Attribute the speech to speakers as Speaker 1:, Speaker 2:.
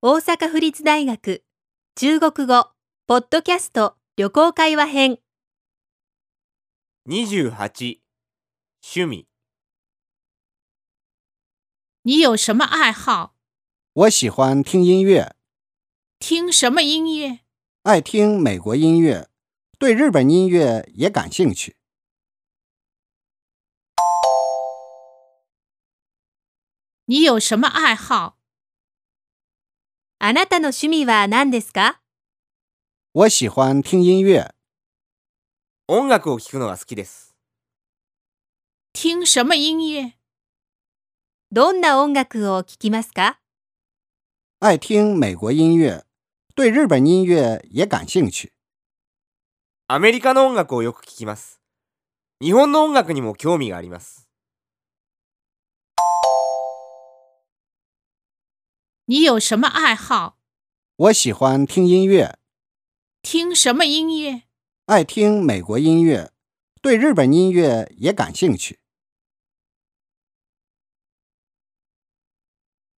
Speaker 1: 大阪府立大学中国語ポッドキャスト旅行会話編
Speaker 2: 28趣味
Speaker 3: 你有什么爱好？
Speaker 4: 我喜欢听音乐，
Speaker 3: 听什么音乐？
Speaker 4: 爱听美国音乐，对日本音乐也感兴趣。
Speaker 3: 你有什么爱好？
Speaker 1: あなたの趣味は何ですか
Speaker 4: 我喜欢听音乐，
Speaker 2: 音楽を聴くのが好きです
Speaker 3: 听什么音乐？
Speaker 1: どんな音楽を聴きますか
Speaker 4: 爱听美国音乐，对日本音乐也感兴趣。
Speaker 2: アメリカの音楽をよく聴きます日本の音楽にも興味があります
Speaker 3: 你有什么爱好？
Speaker 4: 我喜欢听音乐，
Speaker 3: 听什么音乐？
Speaker 4: 爱听美国音乐，对日本音乐也感兴趣。